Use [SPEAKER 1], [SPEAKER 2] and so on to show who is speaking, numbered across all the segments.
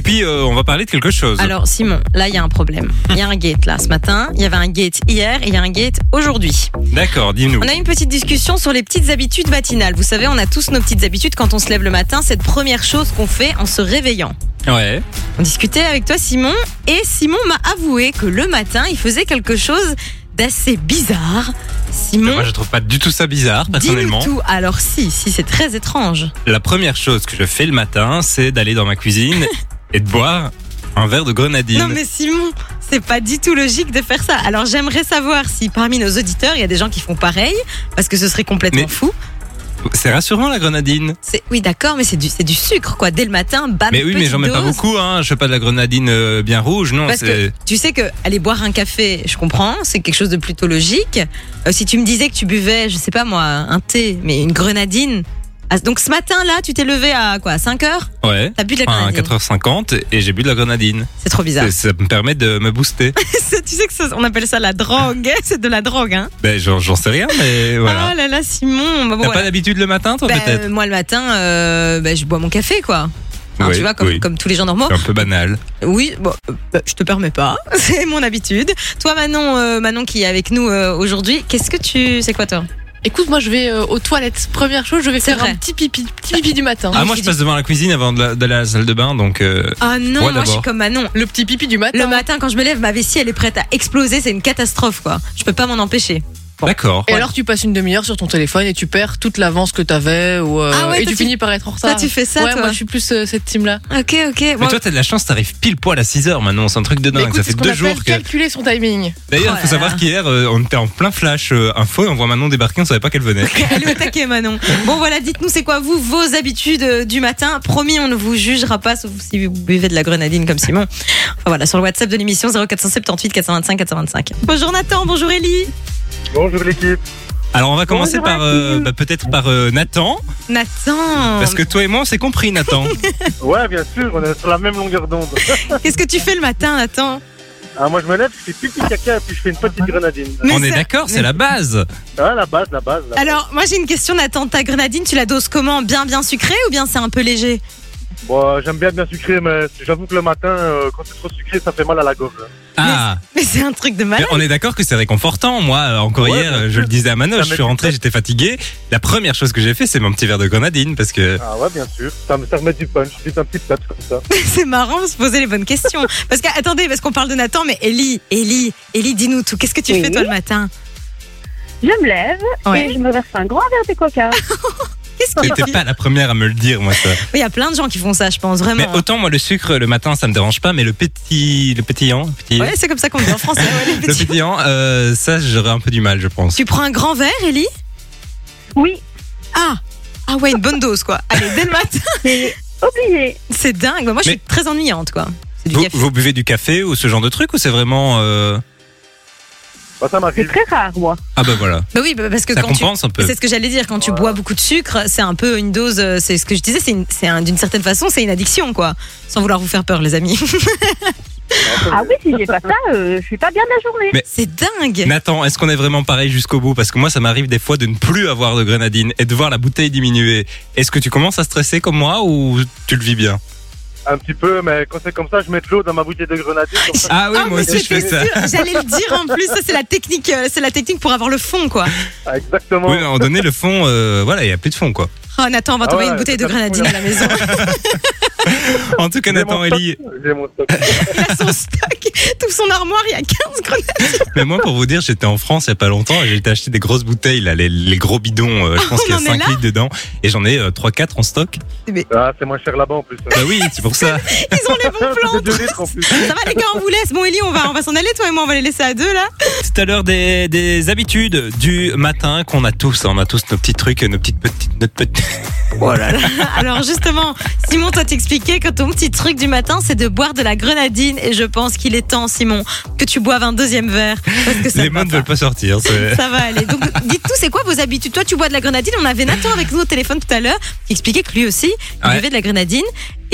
[SPEAKER 1] puis, euh, on va parler de quelque chose.
[SPEAKER 2] Alors Simon, là il y a un problème. Il y a un gate là ce matin, il y avait un gate hier et il y a un gate aujourd'hui.
[SPEAKER 1] D'accord, dis-nous.
[SPEAKER 2] On a eu une petite discussion sur les petites habitudes matinales. Vous savez, on a tous nos petites habitudes quand on se lève le matin, c'est la première chose qu'on fait en se réveillant.
[SPEAKER 1] Ouais.
[SPEAKER 2] On discutait avec toi Simon et Simon m'a avoué que le matin il faisait quelque chose d'assez bizarre. Simon,
[SPEAKER 1] Moi, je trouve pas du tout ça bizarre,
[SPEAKER 2] dis-nous
[SPEAKER 1] personnellement.
[SPEAKER 2] tout. Alors si, si c'est très étrange.
[SPEAKER 1] La première chose que je fais le matin, c'est d'aller dans ma cuisine et de boire un verre de grenadine.
[SPEAKER 2] Non mais Simon, c'est pas du tout logique de faire ça. Alors j'aimerais savoir si parmi nos auditeurs, il y a des gens qui font pareil, parce que ce serait complètement
[SPEAKER 1] Mais-
[SPEAKER 2] fou.
[SPEAKER 1] C'est rassurant, la grenadine.
[SPEAKER 2] C'est- Oui d'accord, mais c'est du, c'est du sucre quoi. Dès le matin, bam,
[SPEAKER 1] Mais oui, mais
[SPEAKER 2] Ah, petite
[SPEAKER 1] j'en mets pas
[SPEAKER 2] dose.
[SPEAKER 1] beaucoup, hein. Je fais pas de la grenadine euh, bien rouge, non.
[SPEAKER 2] Parce que
[SPEAKER 1] c'est-
[SPEAKER 2] tu sais que aller boire un café, je comprends, c'est quelque chose de plutôt logique. Euh, si tu me disais que tu buvais, je sais pas moi, un thé, mais une grenadine. Ah, Donc ce matin-là, tu t'es levé à quoi 5 heures
[SPEAKER 1] Ouais.
[SPEAKER 2] T'as bu de la
[SPEAKER 1] Enfin,
[SPEAKER 2] grenadine
[SPEAKER 1] 4h50 et j'ai bu de la grenadine.
[SPEAKER 2] C'est trop bizarre.
[SPEAKER 1] Ça, ça me permet de me booster.
[SPEAKER 2] C'est- tu sais que ça- on appelle ça la drogue. c'est de la drogue, hein
[SPEAKER 1] ben, j'en j'en sais rien, mais voilà.
[SPEAKER 2] Ah là là, Simon. Bah, bon,
[SPEAKER 1] T'as
[SPEAKER 2] voilà.
[SPEAKER 1] pas l'habitude le matin, toi,
[SPEAKER 2] Bah,
[SPEAKER 1] peut-être
[SPEAKER 2] euh, moi, le matin, euh, bah, je bois mon café, quoi. Enfin,
[SPEAKER 1] Oui,
[SPEAKER 2] tu vois, comme,
[SPEAKER 1] oui.
[SPEAKER 2] comme tous les gens normaux.
[SPEAKER 1] C'est un peu banal.
[SPEAKER 2] Oui, bon, euh, bah, je te permets pas. C'est mon habitude. Toi, Manon, euh, Manon qui est avec nous euh, aujourd'hui, qu'est-ce que tu. C'est quoi, toi
[SPEAKER 3] Écoute, moi je vais euh, aux toilettes. Première chose, je vais
[SPEAKER 2] C'est
[SPEAKER 3] faire
[SPEAKER 2] vrai.
[SPEAKER 3] un petit pipi, petit pipi du matin.
[SPEAKER 1] Ah, moi, je passe devant la cuisine avant de la- d'aller à la salle de bain, donc. euh,
[SPEAKER 2] Ah non,
[SPEAKER 1] Moi,
[SPEAKER 2] moi, je suis
[SPEAKER 1] d'abord.
[SPEAKER 2] comme Manon.
[SPEAKER 3] Le petit pipi du matin.
[SPEAKER 2] Le matin, quand je me lève, ma vessie, elle est prête à exploser. C'est une catastrophe, quoi. Je peux pas m'en empêcher.
[SPEAKER 1] D'accord.
[SPEAKER 3] Et alors tu passes une demi-heure sur ton téléphone et tu perds toute l'avance que t'avais ou euh,
[SPEAKER 2] Ah ouais,
[SPEAKER 3] et
[SPEAKER 2] toi,
[SPEAKER 3] tu
[SPEAKER 2] tu-
[SPEAKER 3] finis par être en
[SPEAKER 2] Toi,
[SPEAKER 3] retard.
[SPEAKER 2] tu fais ça,
[SPEAKER 3] ouais,
[SPEAKER 2] toi
[SPEAKER 3] moi je suis plus euh, cette team là.
[SPEAKER 2] Ok, ok.
[SPEAKER 1] Mais
[SPEAKER 2] Moi-
[SPEAKER 1] toi, t'as de la chance, t'arrives pile poil à 6h maintenant, c'est un truc de dingue. ça fait
[SPEAKER 3] c'est ce qu'on
[SPEAKER 1] deux
[SPEAKER 3] appelle
[SPEAKER 1] jours que.
[SPEAKER 3] calculer son timing.
[SPEAKER 1] D'ailleurs, faut
[SPEAKER 2] Oh là là.
[SPEAKER 1] savoir qu'hier, euh, on était en plein flash euh, info et on voit Manon débarquer, on savait pas qu'elle venait.
[SPEAKER 2] Elle est au taquet, Manon. Bon, voilà, dites-nous, c'est quoi, vous, vos habitudes euh, du matin Promis, on ne vous jugera pas, sauf si vous buvez de la grenadine comme Simon. Enfin, voilà, sur le WhatsApp de l'émission 0478 425 425. Bonjour Nathan, bonjour Ellie.
[SPEAKER 4] Bonjour l'équipe.
[SPEAKER 1] Alors, on va commencer
[SPEAKER 4] Bonjour,
[SPEAKER 1] par euh,
[SPEAKER 4] Maxime.
[SPEAKER 1] bah, peut-être par euh, Nathan,
[SPEAKER 2] Nathan,
[SPEAKER 1] parce que toi et moi, on s'est compris, Nathan.
[SPEAKER 4] Ouais, bien sûr, on est sur la même longueur d'onde.
[SPEAKER 2] qu'est-ce que tu fais le matin, Nathan
[SPEAKER 4] Ah, moi, je me lève, je fais pipi caca et puis je fais une petite grenadine.
[SPEAKER 2] Mais
[SPEAKER 1] on est
[SPEAKER 2] ça-
[SPEAKER 1] d'accord,
[SPEAKER 2] mais-
[SPEAKER 1] c'est la base.
[SPEAKER 4] Ah, la base, la base. la base.
[SPEAKER 2] Alors, moi j'ai une question, Nathan. Ta grenadine, tu la doses comment Bien, bien sucrée ou bien c'est un peu léger
[SPEAKER 4] Bon, j'aime bien bien sucré, mais j'avoue que le matin, euh, quand c'est trop sucré, ça fait mal à la gorge.
[SPEAKER 1] Ah,
[SPEAKER 2] Mais c'est un truc de
[SPEAKER 1] mais
[SPEAKER 2] malade.
[SPEAKER 1] on est d'accord que c'est réconfortant. Moi, euh, encore
[SPEAKER 4] Ouais,
[SPEAKER 1] hier,
[SPEAKER 4] bien
[SPEAKER 1] euh, je
[SPEAKER 4] sûr.
[SPEAKER 1] le disais à Manon,
[SPEAKER 4] Ça
[SPEAKER 1] je suis
[SPEAKER 4] m'étonne
[SPEAKER 1] rentré, j'étais fatigué. La première chose que j'ai fait, c'est mon petit verre de grenadine, parce que.
[SPEAKER 4] Ah ouais, bien sûr. Ça me ça remet du punch, juste un petit peps comme ça.
[SPEAKER 2] C'est marrant de se poser les bonnes questions. Parce que, attendez, parce qu'on parle de Nathan, mais Ellie, Ellie, Ellie, dis-nous tout. Qu'est-ce que tu
[SPEAKER 5] Oui.
[SPEAKER 2] fais toi le matin
[SPEAKER 5] Je me lève
[SPEAKER 2] Ouais.
[SPEAKER 5] et je me verse un grand verre de coca.
[SPEAKER 2] Qu'est-ce qui
[SPEAKER 1] T'étais pas la première à me le dire, moi, ça.
[SPEAKER 2] Il y a plein de gens qui font ça, je pense,
[SPEAKER 1] Mais
[SPEAKER 2] vraiment.
[SPEAKER 1] autant, moi, le sucre, le matin, ça me dérange pas, mais le petit. Le pétillant. Petit...
[SPEAKER 2] Ouais, c'est comme ça qu'on dit en français. ouais, les
[SPEAKER 1] Le
[SPEAKER 2] petits-
[SPEAKER 1] pétillant, euh, ça, j'aurais un peu du mal, je pense.
[SPEAKER 2] Tu prends un grand verre, Ellie
[SPEAKER 5] Oui,
[SPEAKER 2] Ah Ah ouais, une bonne dose, quoi. Allez, dès le matin.
[SPEAKER 5] c'est obligé.
[SPEAKER 2] C'est dingue. Moi, je suis
[SPEAKER 1] Mais-
[SPEAKER 2] très ennuyante, quoi. C'est du
[SPEAKER 1] Vous,
[SPEAKER 2] café.
[SPEAKER 1] vous buvez du café ou ce genre de truc ou c'est vraiment euh,
[SPEAKER 4] Bah, ça
[SPEAKER 5] C'est
[SPEAKER 4] m'arrive.
[SPEAKER 5] très rare, moi.
[SPEAKER 1] ah bah voilà
[SPEAKER 2] Bah oui, bah parce que
[SPEAKER 1] ça
[SPEAKER 2] quand tu.
[SPEAKER 1] compense un peu
[SPEAKER 2] C'est ce que j'allais dire, quand tu
[SPEAKER 4] Voilà.
[SPEAKER 2] bois beaucoup de sucre, c'est un peu une dose, euh, c'est ce que je disais, c'est une- c'est un- d'une certaine façon, c'est une addiction, quoi. Sans vouloir vous faire peur, les amis.
[SPEAKER 5] Ah oui, si j'ai pas ça, euh, je suis pas bien de la journée.
[SPEAKER 1] Mais-
[SPEAKER 2] C'est dingue.
[SPEAKER 1] Nathan est-ce qu'on est vraiment pareil jusqu'au bout parce que moi ça m'arrive des fois de ne plus avoir de grenadine et de voir la bouteille diminuer est-ce que tu commences à stresser comme moi ou tu le vis bien
[SPEAKER 4] Un petit peu, mais quand c'est comme ça, je mets de l'eau dans ma bouteille de grenadine. comme ça.
[SPEAKER 1] ah oui
[SPEAKER 2] Ah,
[SPEAKER 1] moi
[SPEAKER 2] mais
[SPEAKER 1] aussi je
[SPEAKER 2] j'étais
[SPEAKER 1] fais ça
[SPEAKER 2] sûre, J'allais le dire en plus, ça c'est la technique, euh, c'est la technique pour avoir le fond quoi.
[SPEAKER 4] Ah, exactement.
[SPEAKER 1] oui mais à un moment donné le fond euh, voilà il y a plus de fond quoi
[SPEAKER 2] Oh Nathan, on va
[SPEAKER 4] Ah
[SPEAKER 2] t'envoyer
[SPEAKER 4] ouais,
[SPEAKER 2] une bouteille de
[SPEAKER 4] ça fait
[SPEAKER 2] grenadine à la maison.
[SPEAKER 1] en tout cas
[SPEAKER 4] J'ai
[SPEAKER 1] Nathan
[SPEAKER 4] mon
[SPEAKER 1] Ellie
[SPEAKER 4] stock, J'ai mon stock.
[SPEAKER 2] Il a son stock, tout son armoire, il y a 15 grenades.
[SPEAKER 1] mais moi pour vous dire j'étais en France il y a pas longtemps et j'ai été acheter des grosses bouteilles là les, les gros bidons euh, je
[SPEAKER 2] Ah,
[SPEAKER 1] pense
[SPEAKER 2] on
[SPEAKER 1] qu'il y a
[SPEAKER 2] en
[SPEAKER 1] 5
[SPEAKER 2] est là
[SPEAKER 1] litres dedans et j'en ai 3-4 en stock
[SPEAKER 4] Ah, c'est moins cher là-bas en plus.
[SPEAKER 1] bah oui c'est pour ça
[SPEAKER 2] Ils ont les bons plans.
[SPEAKER 4] C'est deux
[SPEAKER 2] entre eux.
[SPEAKER 4] litres en plus.
[SPEAKER 2] Ça va les gars, on vous laisse. Bon Ellie, on va, on va s'en aller, toi et moi, on va les laisser à deux là.
[SPEAKER 1] tout à l'heure des, des habitudes du matin qu'on a tous. hein. On a tous nos petits trucs, nos petites petites, notre petit-
[SPEAKER 2] Oh Alors justement, Simon, toi t'expliquais que ton petit truc du matin, c'est de boire de la grenadine. Et je pense qu'il est temps, Simon, que tu boives un deuxième verre. Parce que ça
[SPEAKER 1] Les
[SPEAKER 2] va
[SPEAKER 1] mots ne
[SPEAKER 2] pas.
[SPEAKER 1] veulent pas sortir. c'est-
[SPEAKER 2] Ça va aller. Donc, dites tout, c'est quoi vos habitudes Toi, tu bois de la grenadine. On avait Nathan avec nous au téléphone tout à l'heure qui expliquait que lui aussi, il
[SPEAKER 1] Ouais.
[SPEAKER 2] buvait de la grenadine.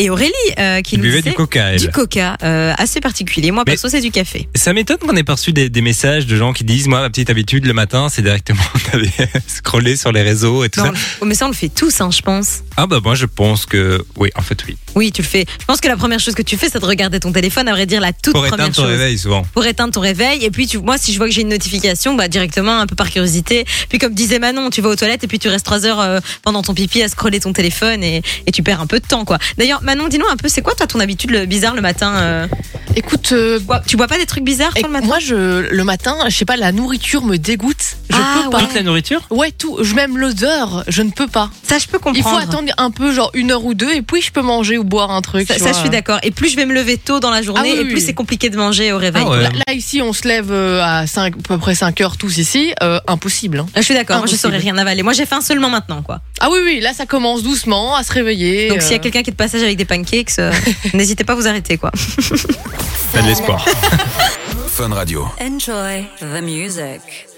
[SPEAKER 2] Et Aurélie euh, qui
[SPEAKER 1] Qui
[SPEAKER 2] nous
[SPEAKER 1] buvait
[SPEAKER 2] disait
[SPEAKER 1] du coca, elle.
[SPEAKER 2] du coca, euh, assez particulier. Moi,
[SPEAKER 1] Mais-
[SPEAKER 2] perso, c'est du café.
[SPEAKER 1] Ça m'étonne qu'on ait pas reçu des, des messages de gens qui disent Moi, ma petite habitude le matin, c'est directement d'aller scroller sur les réseaux et tout
[SPEAKER 2] Non,
[SPEAKER 1] ça.
[SPEAKER 2] on le- oh, mais ça, on le fait tous, hein, je pense.
[SPEAKER 1] Ah, bah, moi, je pense que. Oui, en fait, oui.
[SPEAKER 2] Oui, tu le fais. Je pense que la première chose que tu fais, c'est de regarder ton téléphone, à vrai dire, la toute
[SPEAKER 1] Pour
[SPEAKER 2] première
[SPEAKER 1] éteindre ton
[SPEAKER 2] chose.
[SPEAKER 1] réveil, souvent.
[SPEAKER 2] Pour éteindre ton réveil. Et puis, tu, moi, si je vois que j'ai une notification, bah, directement, un peu par curiosité. Puis, comme disait Manon, tu vas aux toilettes et puis tu restes trois heures euh, pendant ton pipi à scroller ton téléphone et, et tu perds un peu de temps, quoi. D'ailleurs, Manon, dis-nous un peu, c'est quoi, toi, ton habitude le bizarre le matin euh
[SPEAKER 3] Écoute, euh,
[SPEAKER 2] Tu bois- Tu bois pas des trucs bizarres, toi,
[SPEAKER 3] et-
[SPEAKER 2] le matin
[SPEAKER 3] moi, je, le matin, je sais pas, la nourriture me dégoûte. Je
[SPEAKER 2] Ah,
[SPEAKER 3] peux pas.
[SPEAKER 1] Toute la nourriture
[SPEAKER 3] Ouais, tout. Je même l'odeur, je ne peux pas.
[SPEAKER 2] Ça, je peux comprendre.
[SPEAKER 3] Il faut attendre un peu, genre une heure ou deux, et puis je peux manger ou boire un truc.
[SPEAKER 2] Ça,
[SPEAKER 3] tu
[SPEAKER 2] ça,
[SPEAKER 3] vois.
[SPEAKER 2] je suis d'accord. Et plus je vais me lever tôt dans la journée,
[SPEAKER 3] Ah oui,
[SPEAKER 2] et
[SPEAKER 3] oui,
[SPEAKER 2] plus
[SPEAKER 3] oui.
[SPEAKER 2] c'est compliqué de manger au réveil.
[SPEAKER 1] Ah ouais.
[SPEAKER 3] Là, là, ici, on se lève euh, à, 5, à peu près 5 heures tous ici. euh, impossible. hein.
[SPEAKER 2] Ah, Je suis d'accord, moi, je
[SPEAKER 3] Impossible.
[SPEAKER 2] saurais rien avaler. Moi j'ai faim seulement maintenant quoi.
[SPEAKER 3] Ah oui, oui, là, ça commence doucement à se réveiller.
[SPEAKER 2] Donc
[SPEAKER 3] euh.
[SPEAKER 2] s'il y a quelqu'un qui est de passage avec des pancakes, euh, n'hésitez pas à vous arrêter quoi.
[SPEAKER 1] T'as de l'espoir.
[SPEAKER 6] Fun Radio.
[SPEAKER 7] Enjoy the music.